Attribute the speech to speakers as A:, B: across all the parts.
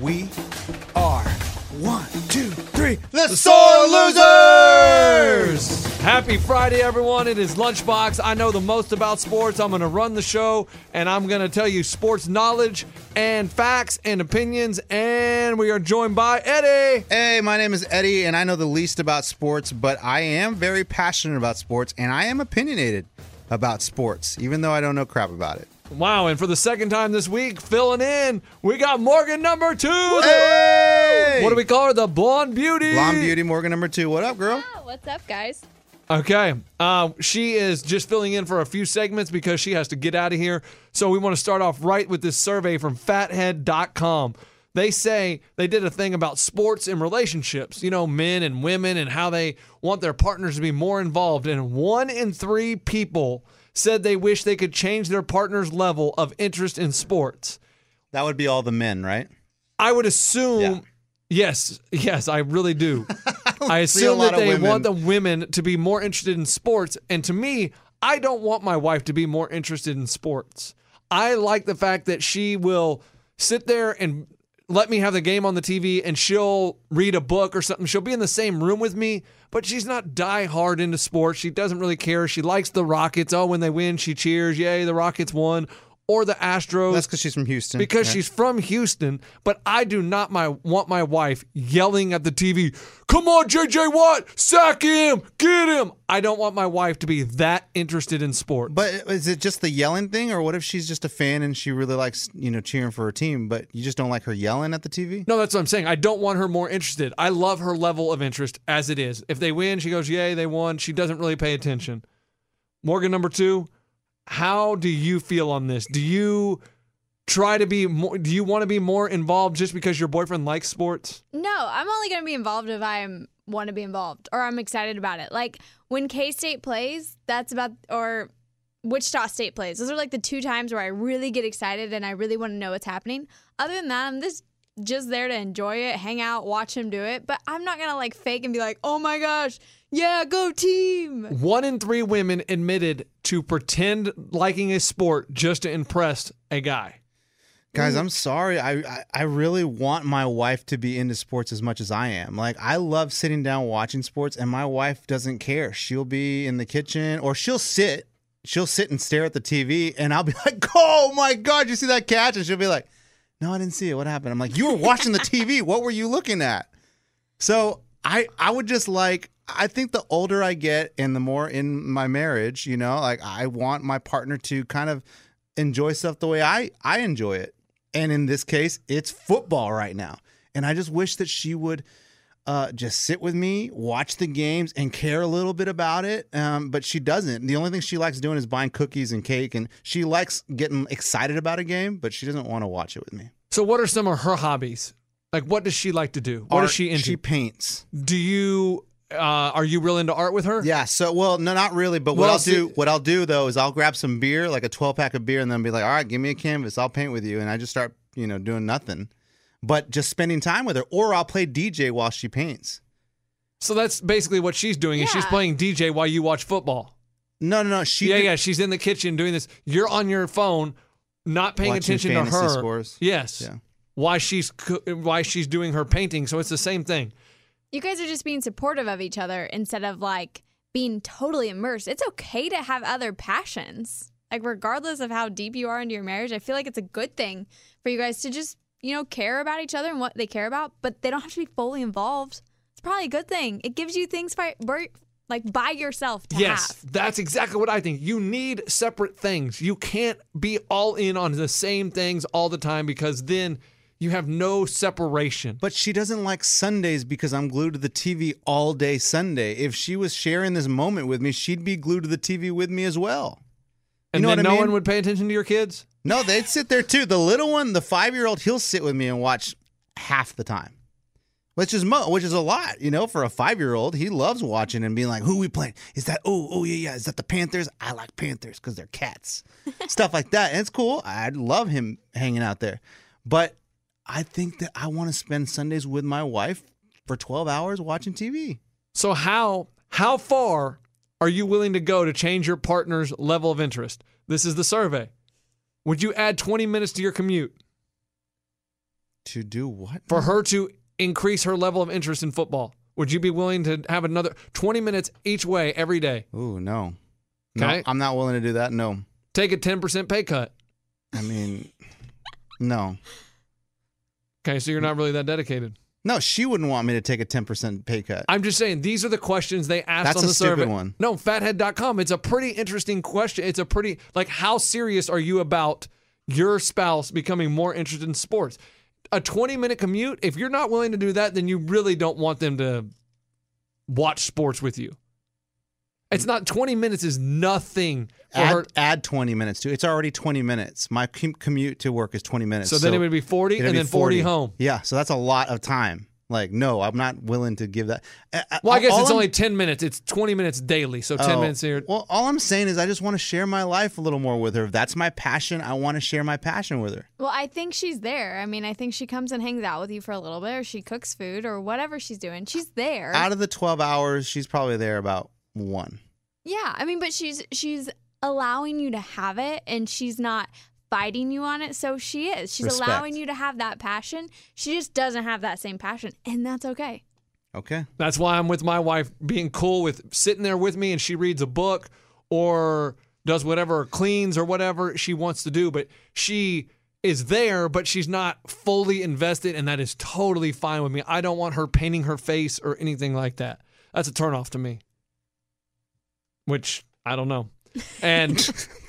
A: We are one, two, three. The, the
B: Sore
A: Losers!
B: Happy Friday, everyone. It is Lunchbox. I know the most about sports. I'm going to run the show and I'm going to tell you sports knowledge and facts and opinions. And we are joined by Eddie.
A: Hey, my name is Eddie, and I know the least about sports, but I am very passionate about sports, and I am opinionated about sports, even though I don't know crap about it.
B: Wow. And for the second time this week, filling in, we got Morgan number two.
A: Hey!
B: What do we call her? The Blonde Beauty.
A: Blonde Beauty Morgan number two. What up, girl?
C: Oh, what's up, guys?
B: Okay. Uh, she is just filling in for a few segments because she has to get out of here. So we want to start off right with this survey from fathead.com. They say they did a thing about sports and relationships, you know, men and women and how they want their partners to be more involved. And one in three people said they wish they could change their partner's level of interest in sports.
A: That would be all the men, right?
B: I would assume.
A: Yeah.
B: Yes, yes, I really do. I
A: see a
B: assume
A: lot
B: that
A: of
B: they
A: women.
B: want the women to be more interested in sports, and to me, I don't want my wife to be more interested in sports. I like the fact that she will sit there and let me have the game on the TV, and she'll read a book or something. She'll be in the same room with me, but she's not die hard into sports. She doesn't really care. She likes the Rockets. Oh, when they win, she cheers. Yay, the Rockets won. Or the Astros
A: That's because she's from Houston.
B: because
A: Yeah.
B: she's from Houston, but I do not my want my wife yelling at the TV, "Come on, JJ Watt, sack him, get him." I don't want my wife to be that interested in sports.
A: But is it just the yelling thing, or what if she's just a fan and she really likes, you know, cheering for her team, but you just don't like her yelling at the TV?
B: no, that's what I'm saying. I don't want her more interested. I love her level of interest as it is. If they win, she goes, "Yay, they won." She doesn't really pay attention. Morgan number 2, how do you feel on this? Do you try to be more do you want to be more involved just because your boyfriend likes sports?
C: No, I'm only going to be involved if I want to be involved or I'm excited about it. Like when K State plays, that's about, or Wichita State plays. Those are like the two times where I really get excited and I really want to know what's happening. Other than that, I'm just just there to enjoy it, hang out, watch him do it. But I'm not going to like fake and be like, oh my gosh, yeah, go team.
B: One in three women admitted to pretend liking a sport just to impress a guy.
A: Guys, I'm sorry. I, I I really want my wife to be into sports as much as I am. Like I love sitting down watching sports, and my wife doesn't care. She'll be in the kitchen, or she'll sit. She'll sit and stare at the TV, and I'll be like, "Oh my god, you see that catch?" And she'll be like, "No, I didn't see it. What happened?" I'm like, "You were watching the TV. What were you looking at?" So I I would just like I think the older I get and the more in my marriage, you know, like I want my partner to kind of enjoy stuff the way I I enjoy it. And in this case, it's football right now. And I just wish that she would uh, just sit with me, watch the games, and care a little bit about it. Um, but she doesn't. The only thing she likes doing is buying cookies and cake, and she likes getting excited about a game, but she doesn't want to watch it with me.
B: So, what are some of her hobbies? Like, what does she like to do? What
A: Art,
B: is she into?
A: She paints.
B: do you uh, are you real into art with her?
A: Yeah. So, well, no, not really. But what,
B: Well,
A: I'll
B: see-
A: do, what I'll do though, is I'll grab some beer, like a twelve pack of beer, and then be like, "All right, give me a canvas. I'll paint with you." And I just start, you know, doing nothing, but just spending time with her, or I'll play DJ while she paints.
B: So that's basically what she's doing. Is she's
C: Yeah.
B: playing DJ while you watch football?
A: No, no, no. She
B: yeah,
A: did-
B: yeah. She's in the kitchen doing this. You're on your phone, not paying
A: Watching
B: attention to
A: fantasy
B: her.
A: scores.
B: Yes.
A: Yeah.
B: Why she's co- why she's doing her painting? So it's the same thing.
C: You guys are just being supportive of each other instead of like being totally immersed. It's okay to have other passions. Like, regardless of how deep you are into your marriage, I feel like it's a good thing for you guys to just, you know, care about each other and what they care about, but they don't have to be fully involved. It's probably a good thing. It gives you things by, by- like by yourself to
B: Yes,
C: have.
B: that's exactly what I think. You need separate things. You can't be all in on the same things all the time because then you have no separation.
A: But she doesn't like Sundays because I'm glued to the TV all day Sunday. If she was sharing this moment with me, she'd be glued to the TV with me as well.
B: And
A: know
B: then
A: what I
B: no
A: mean?
B: one would pay attention to your kids.
A: No, they'd sit there too. The little one, the five year old, he'll sit with me and watch half the time, which is mo- which is a lot, you know, for a five year old. He loves watching and being like, "Who we playing? Is that oh oh yeah yeah? Is that the Panthers? I like Panthers because they're cats, stuff like that." And it's cool. I love him hanging out there, but I think that I want to spend Sundays with my wife for twelve hours watching TV.
B: So how how far are you willing to go to change your partner's level of interest? This is the survey. Would you add 20 minutes to your commute?
A: To do what?
B: for her to increase her level of interest in football? Would you be willing to have another 20 minutes each way every day?
A: Ooh, no. No,
B: Okay.
A: I'm not willing to do that. No.
B: Take a 10% pay cut.
A: I mean, no.
B: Okay, so you're not really that dedicated.
A: No, she wouldn't want me to take a 10% pay cut.
B: I'm just saying these are the questions they asked
A: That's
B: on
A: a
B: the
A: stupid
B: survey.
A: one.
B: No, fathead.com. It's a pretty interesting question. It's a pretty like how serious are you about your spouse becoming more interested in sports? A 20 minute commute, if you're not willing to do that, then you really don't want them to watch sports with you. It's not 20 minutes is nothing for her.
A: Add, add 20 minutes to It's already 20 minutes. My com- commute to work is 20 minutes.
B: So, then it would be 40
A: it'd
B: and
A: be
B: then 40, home.
A: Yeah, so that's a lot of time. Like, no, I'm not willing to give that.
B: Well, I guess
A: all
B: it's
A: I'm-
B: only 10 minutes. It's 20 minutes daily. So 10
A: Oh,
B: minutes here.
A: Well, all I'm saying is I just want to share my life a little more with her. If that's my passion, I want to share my passion with her.
C: Well, I think she's there. I mean, I think she comes and hangs out with you for a little bit, or she cooks food, or whatever she's doing. She's there.
A: Out of the 12 hours, she's probably there about one.
C: yeah, I mean, but she's she's allowing you to have it, and she's not fighting you on it. So she is. She's
A: Respect.
C: allowing you to have that passion. She just doesn't have that same passion, and that's okay.
A: Okay.
B: That's why I'm with my wife being cool with sitting there with me and she reads a book or does whatever, or cleans or whatever she wants to do. But she is there, but she's not fully invested. And that is totally fine with me. I don't want her painting her face or anything like that. That's a turnoff to me, which I don't know. And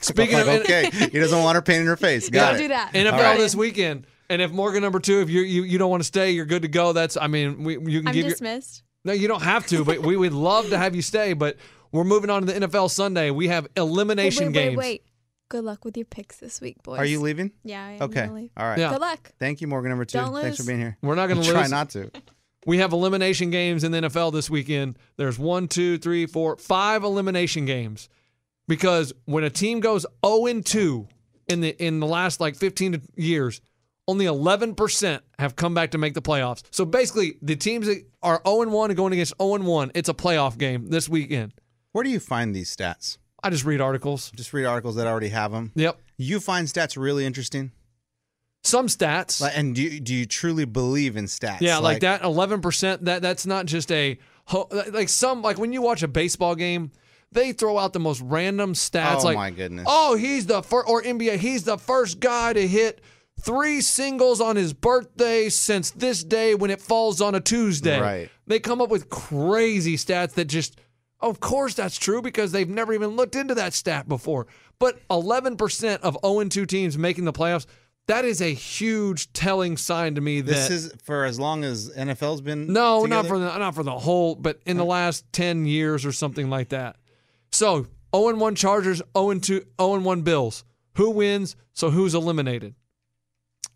B: speaking of,
A: Like, okay, he doesn't want her painting her face. Got
C: Don't
A: it.
C: do that.
B: NFL
A: All right.
B: this weekend. And if Morgan number two, if you you you don't want to stay, you're good to go. That's I mean, we you can
C: I'm
B: give your,
C: dismissed.
B: no, you don't have to, but we would love to have you stay. But we're moving on to the NFL Sunday. We have
C: Wait,
B: elimination
C: wait,
B: games.
C: wait, wait. Good luck with your picks this week, boys.
A: Are you leaving?
C: Yeah. I am
A: Okay.
C: gonna leave.
A: All right.
B: Yeah.
C: Good luck.
A: Thank you, Morgan number 2
C: Don't
A: Thanks for
C: lose.
A: being here.
B: We're not going to
A: Try
B: lose.
A: not to.
B: We have elimination games in the NFL this weekend. There's one, two, three, four, five elimination games. Because when a team goes 0 and 2 in the in the last like 15 years, only 11% have come back to make the playoffs. So basically, the teams that are 0 and 1 and going against 0 and 1, it's a playoff game this weekend.
A: Where do you find these stats?
B: I just read articles.
A: Just read articles that already have them.
B: Yep.
A: You find stats really interesting,
B: Some stats.
A: Like, and do you, do you truly believe in stats?
B: Yeah, like, that 11%, that that's not just a ho- like some like when you watch a baseball game, they throw out the most random stats
A: Oh
B: like
A: my goodness.
B: Oh, he's the first or NBA, he's the first guy to hit three singles on his birthday since this day when it falls on a Tuesday.
A: Right.
B: They come up with crazy stats that just of course that's true because they've never even looked into that stat before. But 11% of 0 and 2 teams making the playoffs, that is a huge telling sign to me
A: This
B: that
A: is for as long as NFL's been.
B: no, not
A: together?
B: for the not for the whole, but in the last ten years or something like that. So 0 1 Chargers, 0 2, 0 1 Bills. Who wins? So who's eliminated?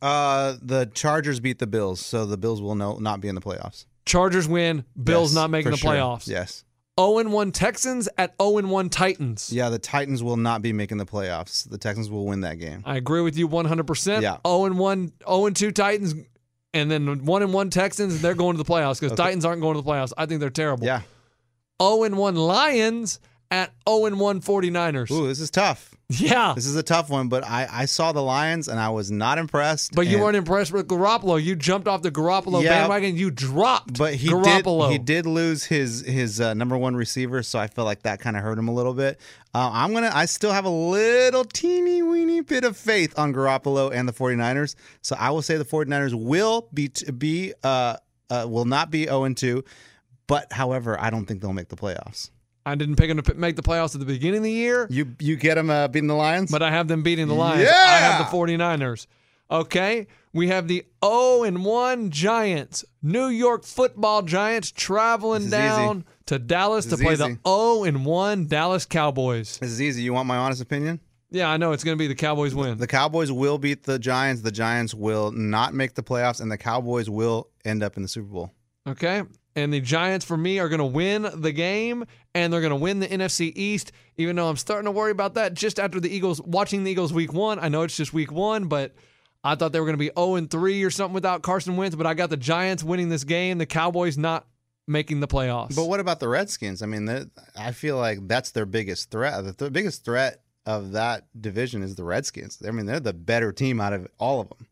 A: Uh, the Chargers beat the Bills, so the Bills will no, not be in the playoffs.
B: Chargers win. Bills
A: Yes,
B: not making
A: for
B: the
A: sure.
B: playoffs.
A: Yes.
B: 0 1 Texans at 0 1 Titans.
A: Yeah, the Titans will not be making the playoffs. The Texans will win that game.
B: I agree with you 100%.
A: Yeah.
B: 0 1, 0 2 oh Titans, and then 1 1 Texans, they're going to the playoffs because Titans aren't going to the playoffs. I think they're terrible.
A: Yeah.
B: 0 1 Lions at 0 1 49ers.
A: Ooh, this is tough.
B: Yeah.
A: This is a tough one, but I, I saw the Lions and I was not impressed.
B: But you
A: and-
B: weren't impressed with Garoppolo. You jumped off the Garoppolo
A: Yeah,
B: bandwagon. You dropped
A: But he
B: Garoppolo.
A: did. He did lose his his uh, number one receiver, so I feel like that kind of hurt him a little bit. Uh, I'm gonna. I still have a little teeny weeny bit of faith on Garoppolo and the 49ers, so I will say the 49ers will be be uh, uh will not be 0 2. But however, I don't think they'll make the playoffs.
B: I didn't pick them to p- make the playoffs at the beginning of the year,
A: You you get them uh, beating the Lions.
B: but I have them beating the Lions. I
A: Yeah!
B: have the 49ers. Okay. We have the 0 and 1 Giants. New York football Giants
A: This
B: traveling
A: is
B: down to Dallas
A: This
B: to play
A: is
B: the
A: easy.
B: 0 and 1 Dallas Cowboys.
A: this is easy. You want my honest opinion?
B: Yeah, I know it's going to be the Cowboys win.
A: The Cowboys will beat the Giants. The Giants will not make the playoffs, and the Cowboys will end up in the Super Bowl.
B: Okay. And the Giants, for me, are going to win the game and they're going to win the NFC East, even though I'm starting to worry about that just after the Eagles, watching the Eagles week one. I know it's just week one, but I thought they were going to be 0 and 3 or something without Carson Wentz, but I got the Giants winning this game, the Cowboys not making the playoffs.
A: But what about the Redskins? I mean, they're- I feel like that's their biggest threat. The th- biggest threat of that division is the Redskins. I mean, they're the better team out of all of them.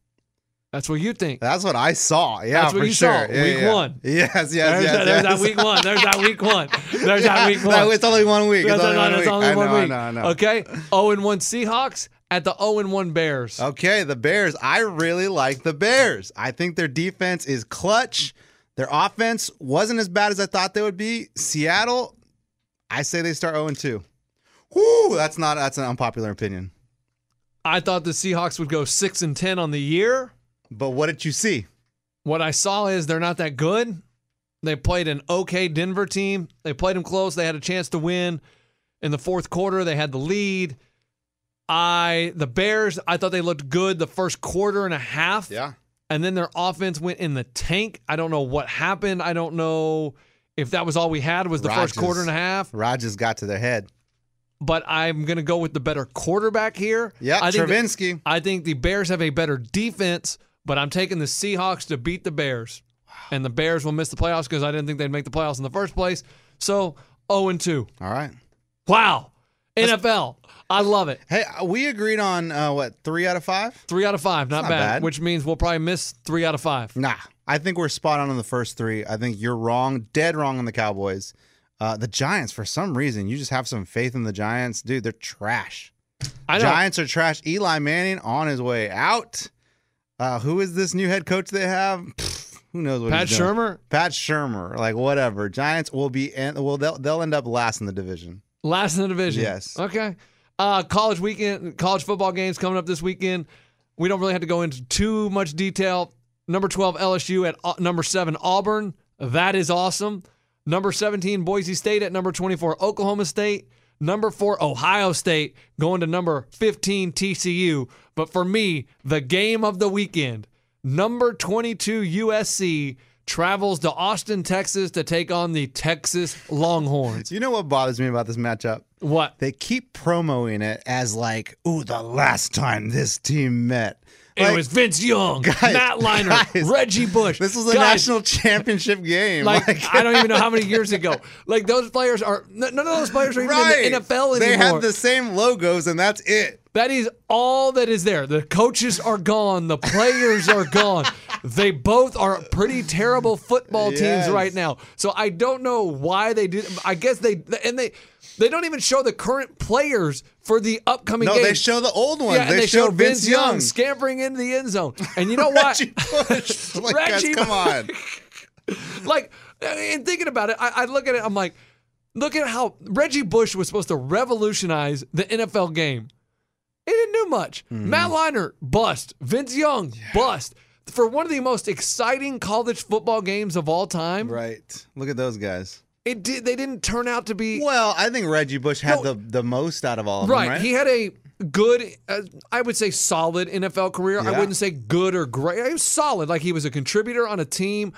B: That's what you think.
A: That's what I saw. Yeah,
B: That's what
A: for
B: you saw,
A: sure. Yeah,
B: week
A: yeah.
B: one.
A: Yes, yes,
B: There's,
A: yes.
B: that,
A: yes.
B: there's that week one. There's that week one. There's that week one.
A: No, it's only one week.
B: That's
A: It's only
B: not-
A: one
B: that's
A: week.
B: only
A: I
B: one
A: know,
B: week.
A: I know, I know.
B: Okay. 0 and 1 Seahawks at the 0 and 1 Bears.
A: Okay, the Bears. I really like the Bears. I think their defense is clutch. Their offense wasn't as bad as I thought they would be. Seattle, I say they start 0 2. Whoo, that's not that's an unpopular opinion.
B: I thought the Seahawks would go 6 and 10 on the year.
A: But what did you see?
B: What I saw is they're not that good. They played an okay Denver team. They played them close. They had a chance to win in the fourth quarter. They had the lead. I the Bears, I thought they looked good the first quarter and a half. and then their offense went in the tank. I don't know what happened. I don't know if that was all we had was the
A: Rodgers.
B: first quarter and a half.
A: Rogers got to their head.
B: But I'm going to go with the better quarterback here.
A: Yeah,
B: I think, the,
A: Travinsky.
B: I think the Bears have a better defense, but I'm taking the Seahawks to beat the Bears. And the Bears will miss the playoffs because I didn't think they'd make the playoffs in the first place. So 0 and 2.
A: All right.
B: Wow. NFL. I love it.
A: Hey, we agreed on uh, what, three out of five?
B: Three out of five. Not,
A: not
B: bad,
A: bad.
B: Which means we'll probably miss three out of five.
A: Nah, I think we're spot on on the first three. I think you're wrong, dead wrong on the Cowboys. Uh, the Giants, for some reason, you just have some faith in the Giants, dude. They're trash.
B: I know.
A: Giants are trash. Eli Manning on his way out. Uh, who is this new head coach they have? Pfft, who knows what
B: Pat
A: he's doing.
B: Shermer,
A: Pat Shermer, like whatever. Giants will be en- well. They'll they'll end up last in the division.
B: Last in the division.
A: Yes.
B: Okay. Uh, college weekend, college football games coming up this weekend. We don't really have to go into too much detail. Number 12, LSU at au- number 7, Auburn. That is awesome. Number 17, Boise State at number 24, Oklahoma State. Number 4, Ohio State going to number 15, TCU. But for me, the game of the weekend, number 22, USC travels to Austin, Texas to take on the Texas Longhorns.
A: Do you know what bothers me about this matchup?
B: What?
A: They keep promoting it as like, "Ooh, the last time this team met."
B: it
A: Like,
B: was Vince Young, Matt Leinart,
A: guys,
B: Reggie Bush.
A: This was a
B: Guys,
A: national championship game.
B: Like, I don't even know how many years ago. Like those players are n- none of those players are even in the NFL anymore.
A: They have the same logos, and that's it.
B: That is all that is there. The coaches are gone. The players are gone. They both are pretty terrible football teams
A: Yes.
B: right now. So I don't know why they do. I guess they and they they don't even show the current players for the upcoming
A: No,
B: game.
A: they show the old ones.
B: yeah, and
A: they,
B: they
A: showed
B: show
A: Vince, Young.
B: scampering into the end zone. And you know what?
A: Reggie Bush. Like, guys,
B: Reggie
A: come on.
B: like in thinking about it, I, I look at it. I'm like, look at how Reggie Bush was supposed to revolutionize the NFL game. He didn't do much. Matt Leinart bust. Vince Young bust for one of the most exciting college football games of all time.
A: Right. Look at those guys.
B: It did. They didn't turn out to be
A: Well, I think Reggie Bush had
B: No.
A: the, the most out of all of
B: right.
A: them, right?
B: He had a good, uh, I would say, solid NFL career. I
A: Yeah.
B: wouldn't say good or great. He was solid. Like he was a contributor on a team.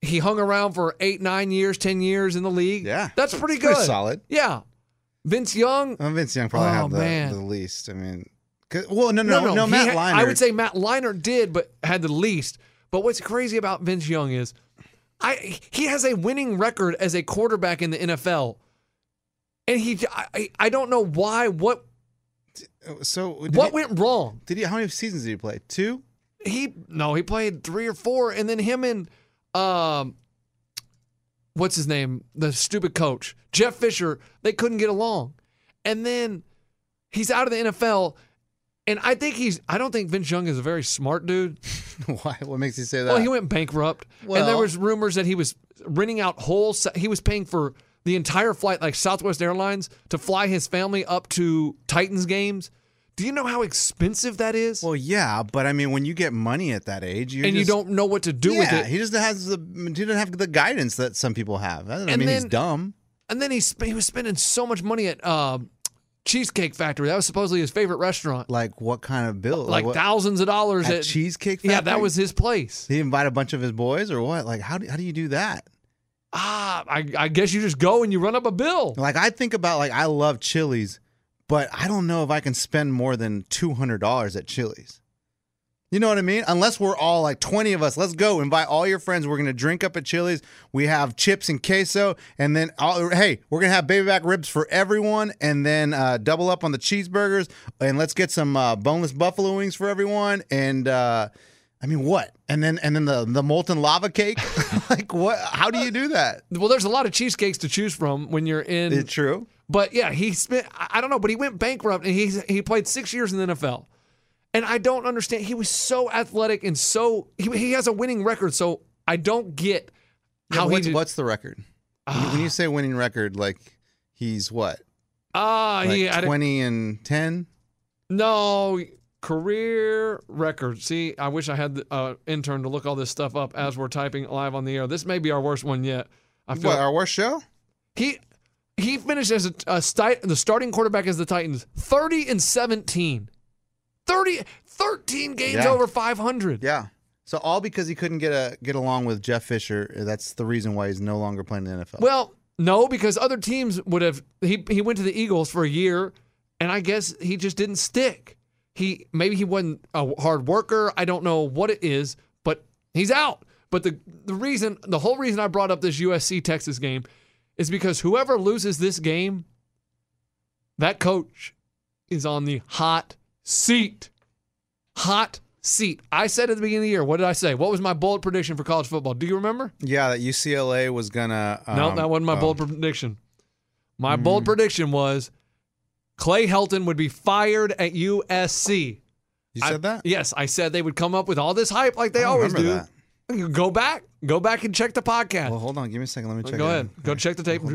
B: He hung around for eight, nine years, ten years in the league.
A: Yeah.
B: that's pretty good.
A: Pretty solid.
B: Yeah. Vince Young.
A: Uh, Vince Young probably
B: Oh,
A: had the,
B: man.
A: the least. I mean, 'cause- well, no, no, no,
B: he
A: Matt
B: had-
A: Leinart.
B: I would say Matt Leinart did, but had the least. But what's crazy about Vince Young is, I he has a winning record as a quarterback in the NFL, and he I, I- I don't know why what
A: so. Did
B: what
A: He,
B: went wrong.
A: did he? How many seasons did he play? Two.
B: he no he played three or four and then him and um what's his name the stupid coach jeff fisher they couldn't get along and then he's out of the nfl and i think he's i don't think vince young is a very smart dude
A: Why? What makes you say that?
B: well he went bankrupt and there
A: Well-
B: was rumors that he was renting out whole se- he was paying for the entire flight like southwest airlines to fly his family up to titans games do you know how expensive that is
A: Well, yeah, but I mean, when you get money at that age, you're
B: and you
A: just-
B: don't know what to do
A: yeah,
B: with it
A: he just has the he doesn't have the guidance that some people have. I don't
B: And
A: mean he's
B: then-
A: dumb.
B: and then he sp- he was spending so much money at uh, Cheesecake Factory. That was supposedly his favorite restaurant.
A: Like what kind of bill?
B: Like
A: what,
B: thousands of dollars
A: at
B: at,
A: cheesecake.
B: Yeah, that
A: Factory?
B: was his place.
A: Did he invite a bunch of his boys or what? Like how do, how do you do that?
B: Ah, I, I guess you just go and you run up a bill.
A: Like I think about like I love Chili's, but I don't know if I can spend more than two hundred dollars at Chili's. You know what I mean? Unless we're all like twenty of us, let's go invite all your friends. We're gonna drink up at Chili's. We have chips and queso, and then all, hey, we're gonna have baby back ribs for everyone, and then uh, double up on the cheeseburgers, and let's get some uh, boneless buffalo wings for everyone, and. Uh, I mean, what? And then and then the the molten lava cake. like what? How do you do that?
B: Well, there's a lot of cheesecakes to choose from when you're in.
A: Is it true?
B: But yeah, he spent I I don't know, but he went bankrupt and he he played 6 years in the NFL. And I don't understand. He was so athletic and so he, he has a winning record, so I don't get how
A: what's,
B: he did,
A: what's the record? When you- when you say winning record, like he's what?
B: Ah,
A: Like
B: he had a,
A: twenty and ten.
B: no career record. See, I wish I had the uh, intern to look all this stuff up as we're typing live on the air. This may be our worst one yet. I feel
A: What our worst show?
B: he he finished as a, a sti- the starting quarterback as the Titans, 30 and 17. 30 13 games
A: Yeah.
B: over 500.
A: Yeah. So all because he couldn't get a get along with Jeff Fisher. That's the reason why he's no longer playing in the NFL.
B: Well, no, because other teams would have. He he went to the Eagles for a year, and I guess he just didn't stick. He maybe he wasn't a hard worker. I don't know what it is, but he's out. But the the reason, the whole reason I brought up this USC Texas game, is because whoever loses this game, that coach is on the hot seat. Hot seat. I said at the beginning of the year, what did I say? What was my bold prediction for college football? Do you remember?
A: yeah, that UCLA was gonna. Um,
B: No, that wasn't my
A: um, hmm.
B: bold prediction. My bold prediction was Clay Helton would be fired at USC.
A: You
B: I-
A: said that?
B: Yes, I said they would come up with all this hype like they
A: I don't
B: always do.
A: remember
B: You Go back, go back and check the podcast.
A: Well, hold on. Give me a second. Let me check.
B: go
A: it
B: ahead,
A: in.
B: go check the tape.
A: Hold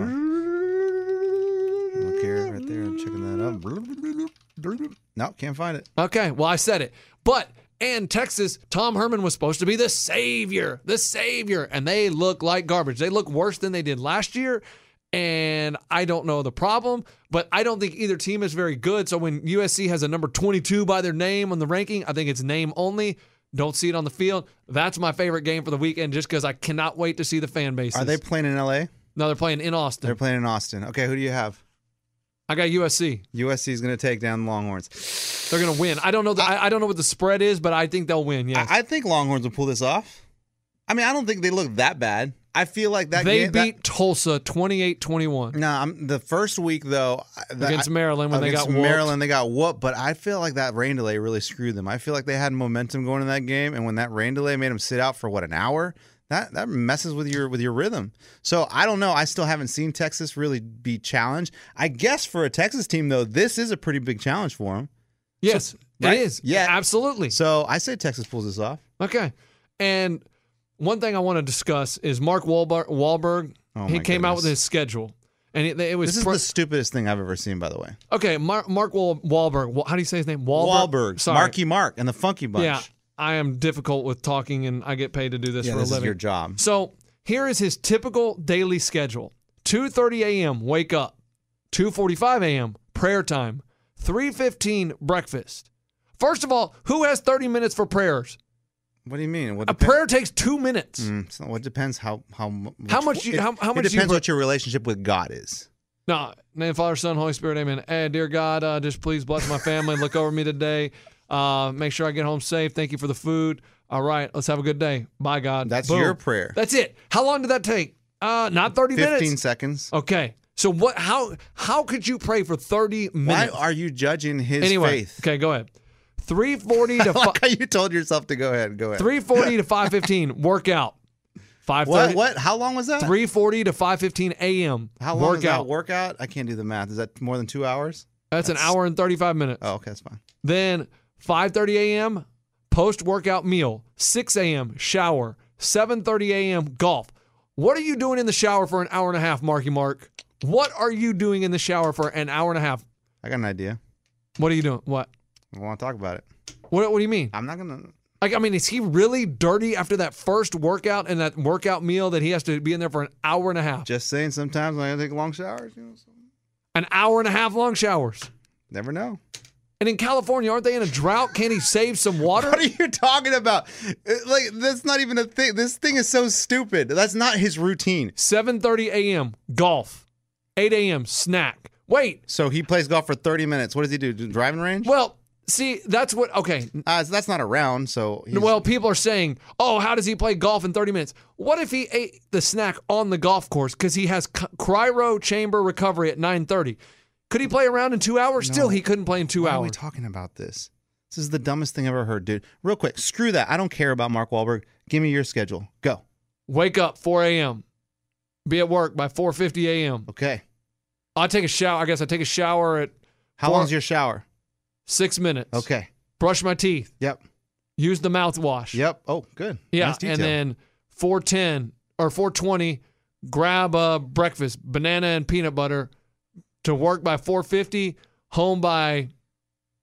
A: Look here, right there. I'm checking that up. No, can't find it.
B: Okay, well I said it, but and Texas, Tom Herman was supposed to be the savior, the savior, and they look like garbage. They look worse than they did last year. And I don't know the problem, but I don't think either team is very good. So when USC has a number 22 by their name on the ranking, I think it's name only. Don't see it on the field. That's my favorite game for the weekend just because I cannot wait to see the fan base.
A: Are they playing in LA?
B: No, they're playing in
A: They're
B: Austin.
A: playing in Austin. Okay, who do you have?
B: I got USC.
A: USC is going to take down the Longhorns.
B: They're gonna win. I don't know. The, I, I don't know what the spread is, but I think they'll win. Yes.
A: I, I think Longhorns will pull this off. I mean, I don't think they look that bad. I feel like that
B: they
A: game, that-
B: beat Tulsa 28 21
A: No, I'm the first week though. I- that-
B: against
A: I,
B: Maryland when they
A: against
B: got
A: Maryland, they got whooped. But I feel like that rain delay really screwed them. I feel like they had momentum going in that game, and when that rain delay made them sit out for what an hour, that that messes with your with your rhythm. So I don't know. I still haven't seen Texas really be challenged. I guess for a Texas team though, this is a pretty big challenge for them.
B: Yes,
A: right?
B: it is.
A: Yeah.
B: absolutely.
A: So I say Texas pulls this off.
B: Okay. And one thing I want to discuss is Mark Wahlberg. Wahlberg
A: Oh,
B: he
A: my
B: came out
A: goodness.
B: with his schedule, and it, it was
A: This is
B: pre-
A: the stupidest thing I've ever seen, by the way.
B: okay. Mark, Mark Wahl, Wahlberg. Wa- How do you say his name? Wahlberg.
A: Wahlberg,
B: Sorry.
A: Marky Mark, and the Funky Bunch.
B: Yeah, I am difficult with talking, and I get paid to do this
A: Yeah,
B: for
A: this is
B: a living.
A: your job.
B: So here is his typical daily schedule: 2:30 a.m. wake up, 2:45 a.m. prayer time, 3:15 breakfast. First of all, who has 30 minutes for prayers?
A: What do you mean? What
B: A
A: depen-
B: prayer takes two minutes.
A: Mm, so it depends how how mu-
B: How
A: which-
B: much you-
A: it-
B: how- how much
A: it
B: you
A: depends
B: put-
A: what your relationship with God is.
B: Nah, name Father, Son, Holy Spirit, Amen. Hey, dear God, uh, just please bless my family. Look over me today. Uh, make sure I get home safe. Thank you for the food. All right, let's have a good day. Bye, God.
A: That's
B: Boom.
A: your prayer.
B: That's it. How long did that take? Uh, not 30
A: Fifteen
B: minutes.
A: seconds.
B: Okay. So what? How how could you pray for thirty
A: Why
B: minutes?
A: are you judging His
B: anyway,
A: faith?
B: okay, go ahead. Three forty to
A: like how
B: fi-
A: you told yourself to go ahead. Go ahead.
B: three forty to five fifteen workout. Five
A: What?
B: thirty.
A: What? How long was that?
B: Three forty to five fifteen a.m.
A: How long
B: workout?
A: is that workout? I can't do the math. Is that more than two hours?
B: That's, an hour and thirty five minutes.
A: Oh, okay, that's fine.
B: Then five thirty a.m. post workout meal. Six a.m. shower. Seven thirty a.m. golf. What are you doing in the shower for an hour and a half, Marky Mark? What are you doing in the shower for an hour and a half?
A: I got an idea.
B: What are you doing? What?
A: I want to talk about it.
B: What, what do you mean?
A: I'm not gonna.
B: Like, I mean, is he really dirty after that first workout and that workout meal that he has to be in there for an hour and a half?
A: Just saying. Sometimes I take long showers. You know, so
B: An hour and a half long showers.
A: never know.
B: And in California, aren't they in a drought? Can he save some water?
A: What are you talking about? It- Like that's not even a thing. This thing is so stupid. That's not his routine.
B: 7.30 a.m. golf. 8 a.m. snack. Wait.
A: So he plays golf for 30 minutes. What does he do? Do Driving range?
B: Well, see, that's what, okay.
A: Uh, so that's not a round. So he's,
B: Well, people are saying, oh, how does he play golf in 30 minutes? What if he ate the snack on the golf course because he has c- cryo chamber recovery at 9.30? Could he play around in two hours? Still, he couldn't play in two
A: why are
B: hours.
A: we talking about this? This is the dumbest thing I've ever heard, dude. Real quick, screw that. I don't care about Mark Wahlberg. Give me your schedule. Go.
B: Wake up 4 a.m. Be at work by 4:50 a.m.
A: Okay.
B: I take a shower. I guess I take a shower at
A: How
B: Four-
A: long's your shower?
B: six minutes.
A: Okay.
B: Brush my teeth.
A: Yep.
B: Use the mouthwash.
A: Yep. Oh, good.
B: Yeah.
A: Nice detail.
B: and then 4:10 or 4:20, grab a breakfast, banana and peanut butter. To work by 4:50. Home by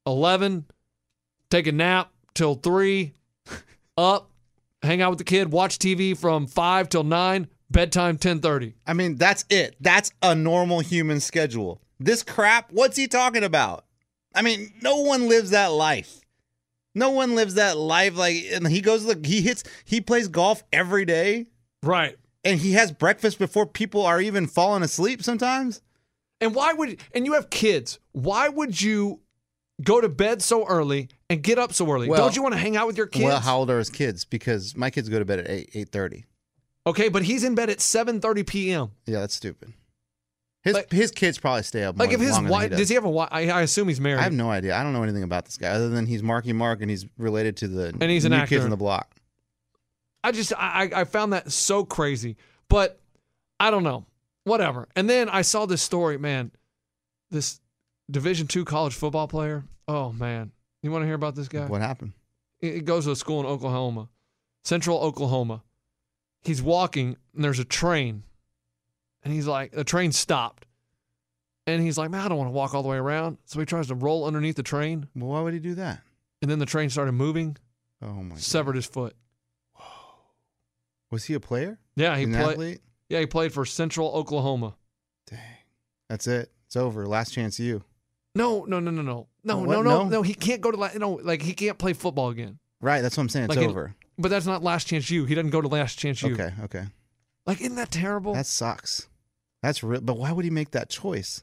B: 11. Take a nap till three. up. Hang out with the kid. Watch TV from five till nine. Bedtime 10:30.
A: I mean, that's it. That's a normal human schedule. This crap, what's he talking about? I mean, no one lives that life. No one lives that life like and he goes look, he hits he plays golf every day
B: Right.
A: and he has breakfast before people are even falling asleep sometimes.
B: And why would and you have kids? Why would you go to bed so early and get up so early?
A: Well-
B: Don't you want to hang out with your kids?
A: Well, how old are his kids? Because my kids go to bed at 8 8:30.
B: okay, but he's in bed at 7:30 p.m.
A: Yeah, that's stupid. His
B: Like-
A: his kids probably stay up
B: Like
A: more,
B: if his
A: longer than
B: wife
A: he
B: does. he have a wife? I, I assume he's married.
A: I have no idea. I don't know anything about this guy other than he's Marky Mark and he's related to the
B: And he's an
A: new
B: actor.
A: kids on the block.
B: I just I I I found that so crazy, but I don't know. Whatever. And then I saw this story, man. This Division two college football player. Oh man, you want to hear about this guy?
A: What happened?
B: He he goes to a school in Oklahoma, Central Oklahoma. He's walking and there's a train, and he's like, the train stopped, and he's like, man, I don't want to walk all the way around. So he tries to roll underneath the train,
A: Well, why would he do that?
B: and then the train started moving,
A: Oh my!
B: severed his foot.
A: Was he a player?
B: Yeah, he
A: An
B: played.
A: athlete?
B: Yeah, he played for Central Oklahoma.
A: Dang, that's it. It's over. Last chance, you.
B: No, no, no, no, no, no,
A: What?
B: no, no,
A: No?
B: no. He can't go to la- no, like he can't play football again.
A: Right. That's what I'm saying. It's
B: Like in-
A: over.
B: But that's not last chance you. He doesn't go to last chance you.
A: Okay. Okay.
B: Like, isn't that terrible?
A: That sucks. That's real. But why would he make that choice?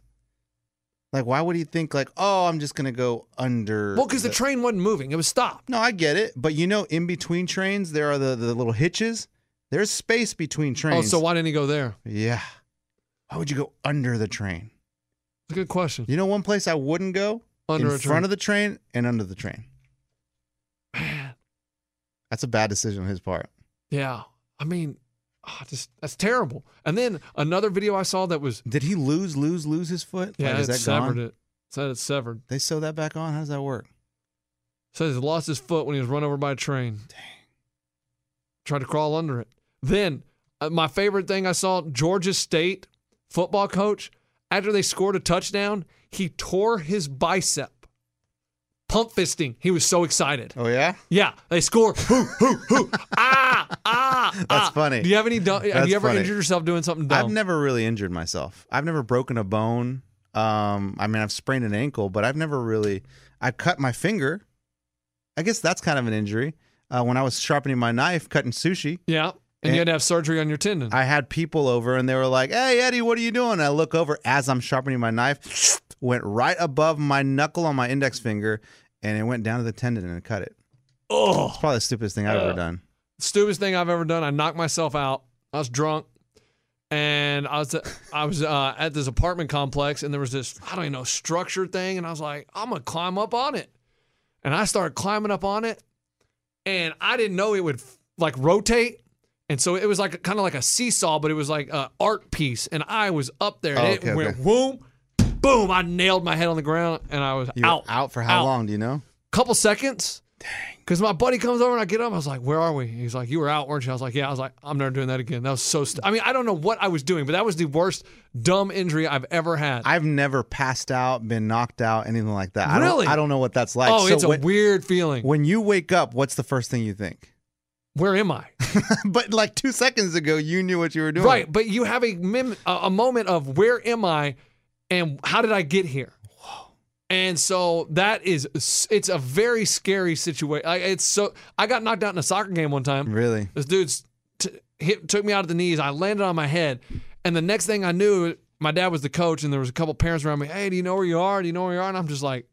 A: Like, why would he think like, oh, I'm just gonna go under?
B: well, because the train wasn't moving; it was stopped.
A: No, I get it. But you know, in between trains, there are the the little hitches. There's space between trains.
B: Oh, so why didn't he go there?
A: Yeah. Why would you go under the train?
B: It's a good question.
A: You know, one place I wouldn't go
B: Under
A: in
B: a
A: front
B: train.
A: of the train and under the train. That's a bad decision on his part.
B: yeah. I mean, ah, just that's terrible. And then another video I saw that was
A: Did he lose, lose, lose his foot?
B: yeah,
A: like, is
B: it
A: that
B: severed
A: gone?
B: it. Said it's severed.
A: They sew that back on. How does that work?
B: Says he lost his foot when he was run over by a train. Dang. Tried to crawl under it. Then uh, my favorite thing I saw: Georgia State football coach after they scored a touchdown, he tore his bicep. Pump fisting. He was so excited.
A: Oh yeah,
B: Yeah, they score. Hoo, hoo, hoo. ah, ah. That's
A: funny.
B: Do you have any? Dumb, have
A: That's
B: you ever
A: funny.
B: injured yourself doing something dumb?
A: I've never really injured myself. I've never broken a bone. Um, I mean, I've sprained an ankle, but I've never really. I cut my finger. I guess that's kind of an injury. Uh, when I was sharpening my knife, cutting sushi,
B: yeah, and, you had to have surgery on your tendon.
A: I had people over and they were like, "Hey, Eddie, what are you doing?" And I look over as I'm sharpening my knife, went right above my knuckle on my index finger, and it went down to the tendon and cut it.
B: oh,
A: Probably the stupidest thing I've ever done.
B: stupidest thing I've ever done. I knocked myself out. I was drunk, and I was I was uh, at this apartment complex, and there was this I don't even know structure thing, and I was like, I'm gonna climb up on it, and I started climbing up on it, and I didn't know it would like rotate. And so it was like kind of like a seesaw, but it was like an art piece. And I was up there, and
A: Oh,
B: it
A: okay,
B: went boom, boom. I nailed my head on the ground, and I was
A: You were
B: out.
A: out for how
B: Out.
A: long? Do you know?
B: couple seconds. Dang. Because my buddy comes over and I get up. I was like, "Where are we?" He's like, "You were out, weren't you?" I was like, "Yeah." I was like, "I'm never doing that again." That was so. St- I mean, I don't know what I was doing, but that was the worst dumb injury I've ever had.
A: I've never passed out, been knocked out, anything like that. I
B: Really?
A: Don't, I don't know what that's like.
B: oh,
A: so
B: it's a
A: when,
B: weird feeling.
A: when you wake up, what's the first thing you think?
B: Where am I?
A: but like two seconds ago, you knew what you were doing.
B: right, but you have a mem- a a moment of where am I, and how did I get here? And so that is, s- it's a very scary situation. It's so I got knocked out in a soccer game one time.
A: Really?
B: This dude's t- hit, took me out of the knees. I landed on my head, and the next thing I knew, my dad was the coach, and there was a couple parents around me. Hey, do you know where you are? Do you know where you are? And I'm just like,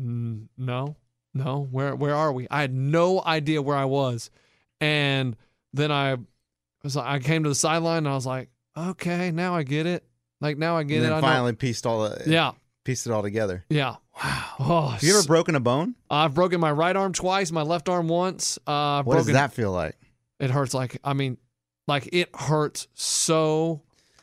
B: "Mm, no, no. Where where are we? I had no idea where I was, and then I was like, I came to the sideline, and I was like, okay, now I get it. Like now I get
A: And
B: it.
A: then
B: I know-
A: finally pieced all the
B: yeah.
A: pieced it all together.
B: Yeah. Wow. Oh,
A: Have you ever broken a bone?
B: I've broken my right arm twice, my left arm once. Uh, I've
A: What
B: broken,
A: does that feel like?
B: It hurts like I mean, like it hurts so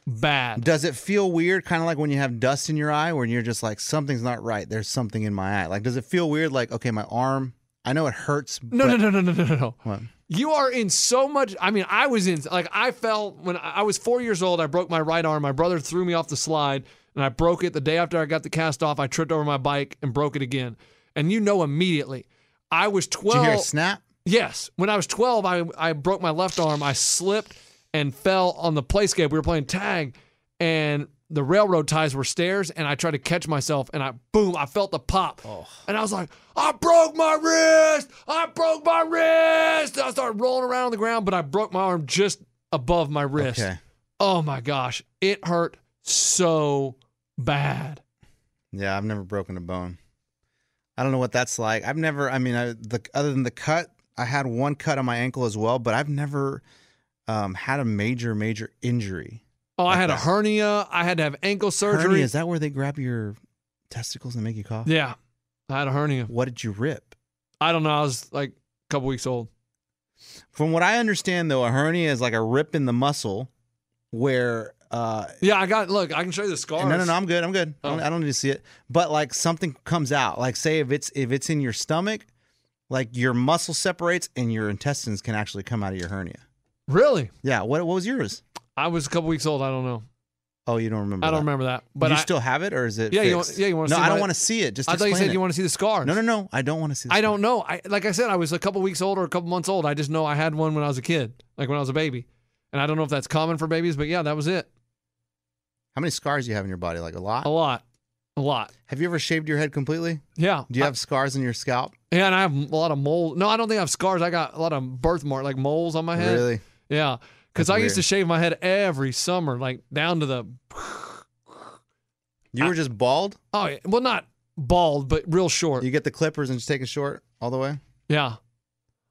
B: bad.
A: Does it feel weird, kind of like when you have dust in your eye, when you're just like something's not right? There's something in my eye. Like, does it feel weird? Like, okay, my arm. I know it hurts.
B: No,
A: but
B: no, no, no, no, no, no, no.
A: What?
B: You are in so much. I mean, I was in like I fell when I I was four years old. I broke my right arm. My brother threw me off the slide, and I broke it. The day after I got the cast off, I tripped over my bike and broke it again. And you know immediately. I was
A: Did
B: twelve.
A: you hear a snap?
B: Yes. When I was 12, I, I broke my left arm. I slipped and fell on the playscape. We were playing tag, and the railroad ties were stairs, and I tried to catch myself, and I boom, I felt the pop. And I was like, I broke my wrist! I broke my wrist! And I started rolling around on the ground, but I broke my arm just above my wrist.
A: Okay.
B: Oh my gosh. It hurt so bad.
A: Yeah, I've never broken a bone. I don't know what that's like. I've never. I mean, I, the other than the cut, I had one cut on my ankle as well, but I've never um, had a major, major injury.
B: Oh, I
A: Like
B: had a
A: that.
B: hernia. I had to have ankle surgery.
A: Hernia, is that where they grab your testicles and make you cough?
B: Yeah. I had a hernia.
A: What did you rip?
B: I don't know. I was like a couple weeks old.
A: From what I understand, though, a hernia is like a rip in the muscle where. Uh,
B: Yeah, I got. Look, I can show you the scars.
A: no, no, no. I'm good. I'm good. I, don't,
B: Oh.
A: I don't need to see it. But like something comes out. Like say if it's if it's in your stomach, like your muscle separates and your intestines can actually come out of your hernia.
B: Really?
A: Yeah. What what was yours?
B: I was a couple weeks old. I don't know.
A: Oh, you don't remember.
B: I don't
A: that.
B: remember that. But
A: you
B: I,
A: still have it, or is it?
B: Yeah, you
A: fixed?
B: want- yeah, you wanna
A: No,
B: see
A: I don't
B: my-
A: want to see it. Just
B: I thought you
A: explain
B: said
A: it.
B: you want to see the scars.
A: No, no, no. I don't want to see. The
B: I don't know. I like I said, I was a couple weeks old or a couple months old. I just know I had one when I was a kid, like when I was a baby, and I don't know if that's common for babies, but yeah, that was it.
A: How many scars do you have in your body? Like a lot.
B: A lot, a lot.
A: Have you ever shaved your head completely?
B: Yeah.
A: Do you have scars in your scalp?
B: I, yeah, and I have a lot of moles. No, I don't think I have scars. I got a lot of birthmark, like moles on my head.
A: Really?
B: Yeah, because
A: That's
B: I used to
A: weird.
B: shave my head every summer, like down to the
A: You were just bald.
B: oh, yeah, well, not bald, but real short.
A: You get the clippers and just take it short all the way.
B: yeah.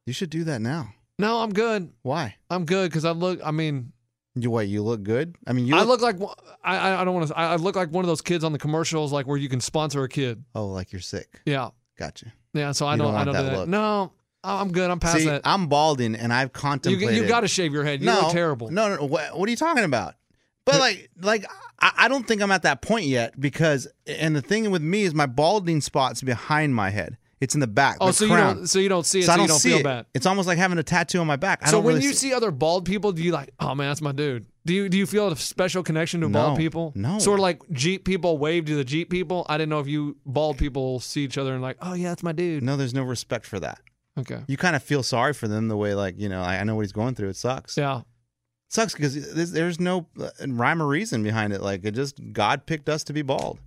A: You should do that now.
B: No, I'm good.
A: Why?
B: I'm good because I look. I mean,
A: You what? You look good. I mean, you.
B: I
A: Look,
B: look like one- I. I- I don't want to. I I look like one of those kids on the commercials, like where you can sponsor a kid.
A: Oh, like you're sick.
B: Yeah,
A: Gotcha.
B: yeah. So I
A: You
B: don't.
A: don't
B: I
A: want
B: don't do
A: that
B: that.
A: look.
B: No, I- I'm good. I'm past
A: See,
B: that.
A: I'm balding, and I've
B: You,
A: contemplated.
B: you got to shave your head. You
A: no,
B: look terrible.
A: No, no, no. What, what are you talking about? But like, like I, I don't think I'm at that point yet because, and the thing with me is my balding spot's behind my head. It's in the back.
B: oh,
A: the
B: so
A: crown.
B: you don't. So you don't see it.
A: So
B: So,
A: I don't
B: you don't
A: see
B: feel
A: it.
B: bad.
A: It's almost like having a tattoo on my back. I
B: So
A: don't
B: when
A: really
B: you see other bald people, do you like? Oh man, that's my dude. Do you do you feel a special connection to bald
A: No,
B: people?
A: no.
B: Sort of like Jeep people wave to the Jeep people. I didn't know if you bald people see each other and like, oh yeah, that's my dude.
A: no, there's no respect for that.
B: Okay.
A: You kind of feel sorry for them the way, like you know, I, I know what he's going through. It sucks.
B: Yeah.
A: It sucks because there's, there's no uh, rhyme or reason behind it. Like it just God picked us to be bald.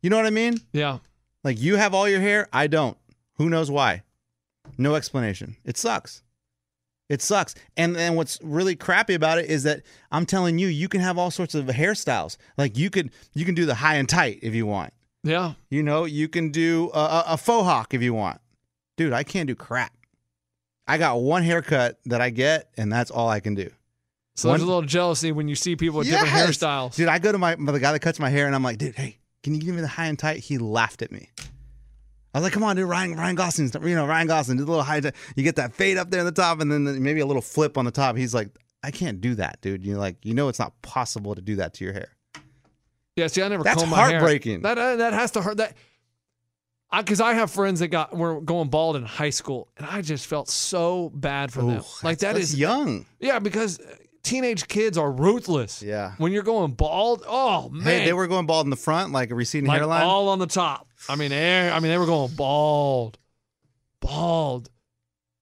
A: You know what I mean?
B: Yeah.
A: Like you have all your hair, I don't. Who knows why? No explanation. It sucks. It sucks. And and what's really crappy about it is that I'm telling you, you can have all sorts of hairstyles. Like you could you can do the high and tight if you want.
B: Yeah.
A: You know, you can do a, a, a faux hawk if you want. Dude, I can't do crap. I got one haircut that I get, and that's all I can do.
B: So there's a
A: One-
B: little jealousy when you see people with different
A: Yes!
B: hairstyles.
A: Dude, I go to my the guy that cuts my hair and I'm like, dude, hey, can you give me the high and tight? He laughed at me. I was like, come on, dude, Ryan, Ryan Gosling, you know, Ryan Gosling, do the little high, and tight. you get that fade up there on the top, and then maybe a little flip on the top. He's like, I can't do that, dude. You're like, you know, it's not possible to do that to your hair.
B: yeah, see, I never
A: That's
B: comb my hair.
A: heartbreaking.
B: That uh, that has to hurt. That because I, have friends that got were going bald in high school, and I just felt so bad for them.
A: Ooh,
B: Like that
A: that's
B: is
A: young.
B: yeah, because teenage kids are ruthless.
A: Yeah.
B: when you're going bald, oh man,
A: Hey, they were going bald in the front, like a receding
B: like
A: hairline.
B: all on the top. I mean, air. I mean, they were going bald, bald,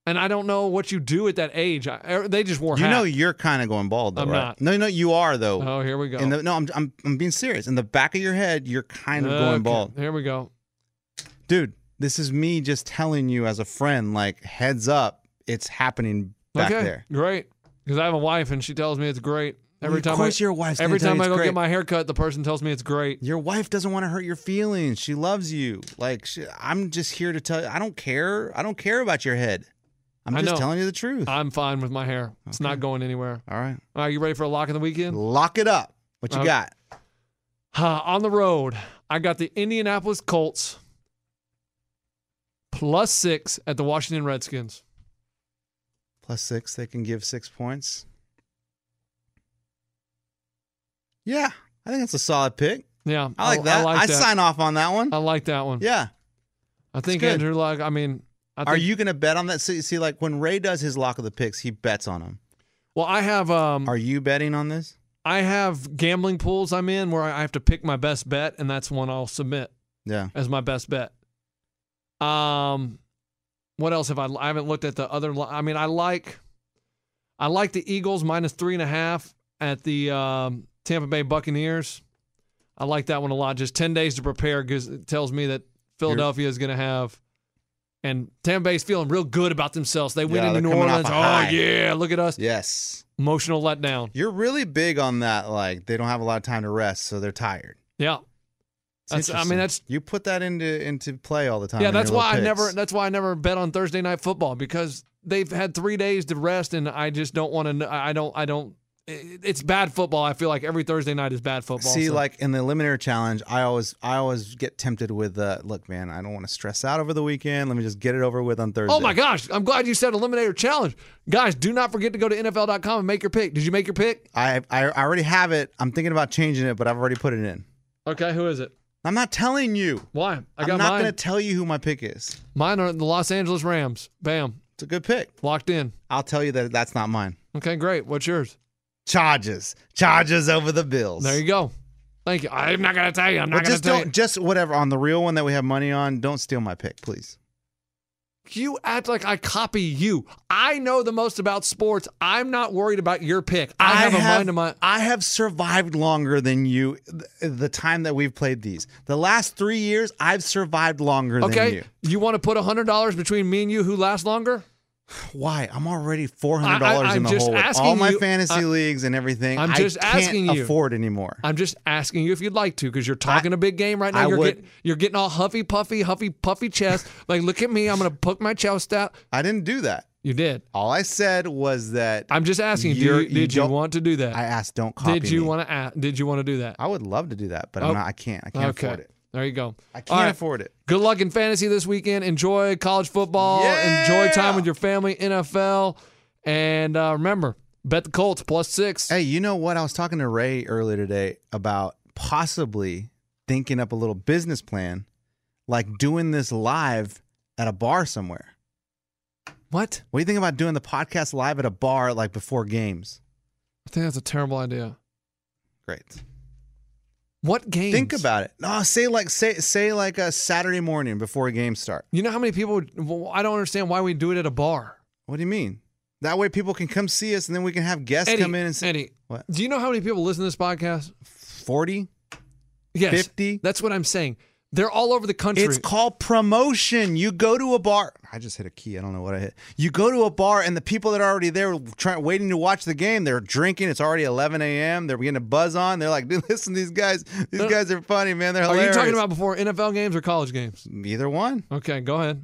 B: and I don't know what you do at that age. I, er, they just wore
A: you know,
B: hats.
A: you're kind of going bald though,
B: I'm
A: right?
B: not.
A: No, no, you are though.
B: Oh, here we go.
A: In the, no, I'm, I'm I'm being serious. In the back of your head, you're kind of
B: Okay,
A: going bald.
B: Here we go.
A: dude, this is me just telling you as a friend, like heads up, it's happening back
B: okay,
A: there.
B: Great. Because I have a wife and she tells me it's great. Every
A: of
B: time
A: course,
B: I,
A: your wife's gonna
B: every
A: tell
B: time
A: you
B: I
A: it's
B: go
A: great.
B: get my hair cut, the person tells me it's great.
A: Your wife doesn't want to hurt your feelings. She loves you. Like she, I'm just here to tell you. I don't care. I don't care about your head. I'm
B: I
A: just
B: know.
A: telling you the truth.
B: I'm fine with my hair. It's not going anywhere.
A: All right,
B: All right, you ready for a lock of the weekend?
A: lock it up. What you
B: Okay.
A: got?
B: Uh, on the road, I got the Indianapolis Colts plus six at the Washington Redskins.
A: Plus six, they can give six points. Yeah, I think that's a solid pick.
B: Yeah,
A: I like that. I,
B: I like that. Um,
A: sign off on that one.
B: I like that one.
A: yeah.
B: I think
A: good.
B: Andrew Luck. I mean, I think,
A: Are you going to bet on that? See, see, like when Ray does his lock of the picks, he bets on them.
B: Well, I have um,
A: Are you betting on this?
B: I have gambling pools I'm in where I have to pick my best bet, and that's one I'll submit
A: Yeah.
B: as my best bet. Um, what else have I? I haven't looked at the other. li- I mean, I like, I like the Eagles minus three and a half at the um, Tampa Bay Buccaneers. I like that one a lot. Just ten days to prepare gives, it tells me that Philadelphia is going to have, and Tampa Bay's feeling real good about themselves. They went
A: Yeah,
B: into
A: they're
B: New
A: coming off
B: Orleans.
A: a
B: Oh
A: high.
B: yeah, look at us.
A: Yes.
B: Emotional letdown.
A: You're really big on that. Like they don't have a lot of time to rest, so they're tired.
B: Yeah.
A: It's
B: That's- I
A: interesting.
B: mean, that's-
A: you put that into into play all the time.
B: Yeah,
A: in
B: that's
A: your
B: why
A: little
B: I never.
A: picks.
B: That's why I never bet on Thursday night football because they've had three days to rest, and I just don't want to. I don't. I don't. it- It's bad football. I feel like every Thursday night is bad football.
A: See,
B: so-
A: like in the eliminator challenge, I always I always get tempted with uh, look, man, I don't want to stress out over the weekend. Let me just get it over with on Thursday.
B: oh my gosh, I'm glad you said eliminator challenge, guys. Do not forget to go to NFL.com and make your pick. Did you make your pick?
A: I I I already have it. I'm thinking about changing it, but I've already put it in.
B: Okay, who is it?
A: I'm not telling you.
B: Why? I got
A: I'm not
B: mine.
A: gonna tell you who my pick is.
B: mine are the Los Angeles Rams. Bam,
A: It's a good pick.
B: locked in.
A: I'll tell you that that's not mine.
B: Okay, great. What's yours?
A: Charges, charges over the Bills.
B: There you go. Thank you. I'm not gonna tell you. I'm
A: Well,
B: not gonna
A: just
B: tell
A: don't, just whatever on the real one that we have money on. Don't steal my pick, please.
B: You act like I copy you. I know the most about sports. I'm not worried about your pick. I, have, a mind of my.
A: I have survived longer than you. th- The time that we've played these, the last three years, I've survived longer than
B: Okay,
A: you.
B: you. want to put hundred dollars between me and you, who lasts longer?
A: Why? I'm already four hundred dollars
B: I-
A: in
B: I'm
A: the
B: just
A: hole. With
B: asking
A: all my
B: you-
A: fantasy
B: I-
A: leagues and everything.
B: I'm
A: I
B: just
A: can't
B: asking you.
A: Afford anymore?
B: I'm just asking you if you'd like to, because you're talking a big game right now.
A: I
B: you're
A: would-
B: getting you're getting all huffy puffy, huffy puffy chest. like, look at me. I'm gonna poke my chest out.
A: I didn't do that.
B: You did.
A: All I said was that
B: I'm just asking. Do
A: You're-
B: you,
A: you
B: did you,
A: don't-
B: want to do that?
A: I asked, don't copy
B: did you
A: me.
B: want to? a- Did you want to do that?
A: I would love to do that, but
B: Oh.
A: I'm not, I can't. I can't
B: okay.
A: afford it.
B: There you go.
A: I
B: All
A: can't
B: right.
A: afford it.
B: Good luck in fantasy this weekend. Enjoy college football.
A: Yeah!
B: Enjoy time with your family, NFL. And uh, remember, bet the Colts plus six.
A: Hey, you know what? I was talking to Ray earlier today about possibly thinking up a little business plan, like doing this live at a bar somewhere.
B: What?
A: What do you think about doing the podcast live at a bar, like before games?
B: I think that's a terrible idea.
A: Great.
B: What games?
A: Think about it. No, say like say say like a Saturday morning before games start.
B: You know how many people would. Well, I don't understand why we do it at a bar.
A: What do you mean? That way people can come see us, and then we can have guests
B: Eddie,
A: come in and say
B: Eddie,
A: What?
B: do you know how many people listen to this podcast?
A: forty.
B: Yes.
A: 50?
B: That's what I'm saying. They're all over the country.
A: It's called promotion. You go to a bar. I just hit a key. I don't know what I hit. You go to a bar, and the people that are already there, trying, waiting to watch the game, they're drinking. It's already 11 a.m. They're getting to buzz on. They're like, dude, listen, these guys, these
B: Uh,
A: guys are funny, man. They're
B: Are you
A: hilarious.
B: talking about before NFL games or college games?
A: either one?
B: Okay, go ahead.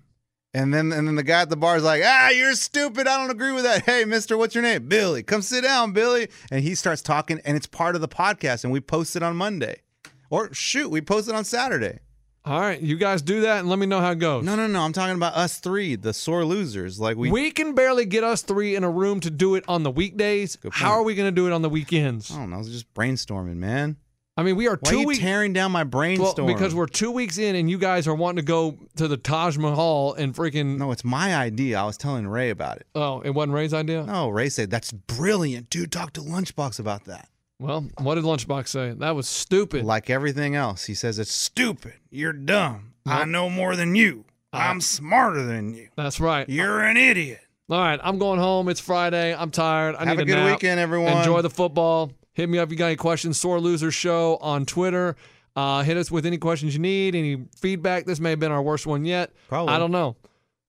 A: And then, and then the guy at the bar is like, ah, you're stupid. I don't agree with that. Hey, Mister, what's your name? Billy. Come sit down, Billy. And he starts talking, and it's part of the podcast, and we post it on Monday, or shoot, we post it on Saturday.
B: All right, you guys do that and let me know how it goes.
A: No, no, no. I'm talking about us three, the sore losers. Like we
B: We can barely get us three in a room to do it on the weekdays.
A: Good
B: How
A: point.
B: are we going to do it on the weekends?
A: I don't know. I was just brainstorming, man.
B: I mean, we are
A: Why are
B: two
A: you
B: weeks
A: tearing down my
B: well,
A: brainstorm?
B: because we're two weeks in, and you guys are wanting to go to the Taj Mahal and freaking.
A: no, it's my idea. I was telling Ray about it.
B: Oh, it wasn't Ray's idea.
A: No, Ray said that's brilliant, dude. Talk to Lunchbox about that.
B: Well, what did Lunchbox say? That was stupid.
A: Like everything else, he says it's stupid. You're dumb. I know more than you.
B: Uh-huh.
A: I'm smarter than you.
B: That's right.
A: You're an idiot.
B: All right, I'm going home. It's Friday. I'm tired. I
A: Have
B: need
A: a good
B: nap.
A: weekend, everyone.
B: Enjoy the football. Hit me up if you got any questions. Sore Loser Show on Twitter. Uh, hit us with any questions you need, any feedback. This may have been our worst one yet.
A: Probably.
B: I don't know.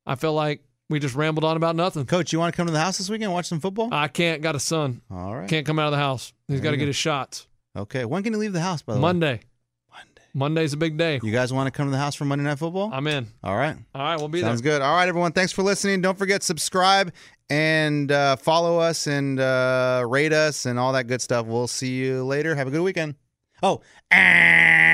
B: I feel like we just rambled on about nothing.
A: Coach, you want to come to the house this weekend and watch some football?
B: I can't. Got a son.
A: All right.
B: Uh, Can't come out of the house. He's got to get his shots.
A: Okay. When can you leave the house, by the way?
B: Monday.
A: Monday.
B: Monday's a big day.
A: You guys want to come to the house for Monday Night Football?
B: I'm in.
A: All right.
B: All right, we'll be
A: Sounds
B: there.
A: good. All right, everyone. Thanks for listening. Don't forget subscribe and uh, follow us and uh, rate us and all that good stuff. We'll see you later. Have a good weekend. Oh, and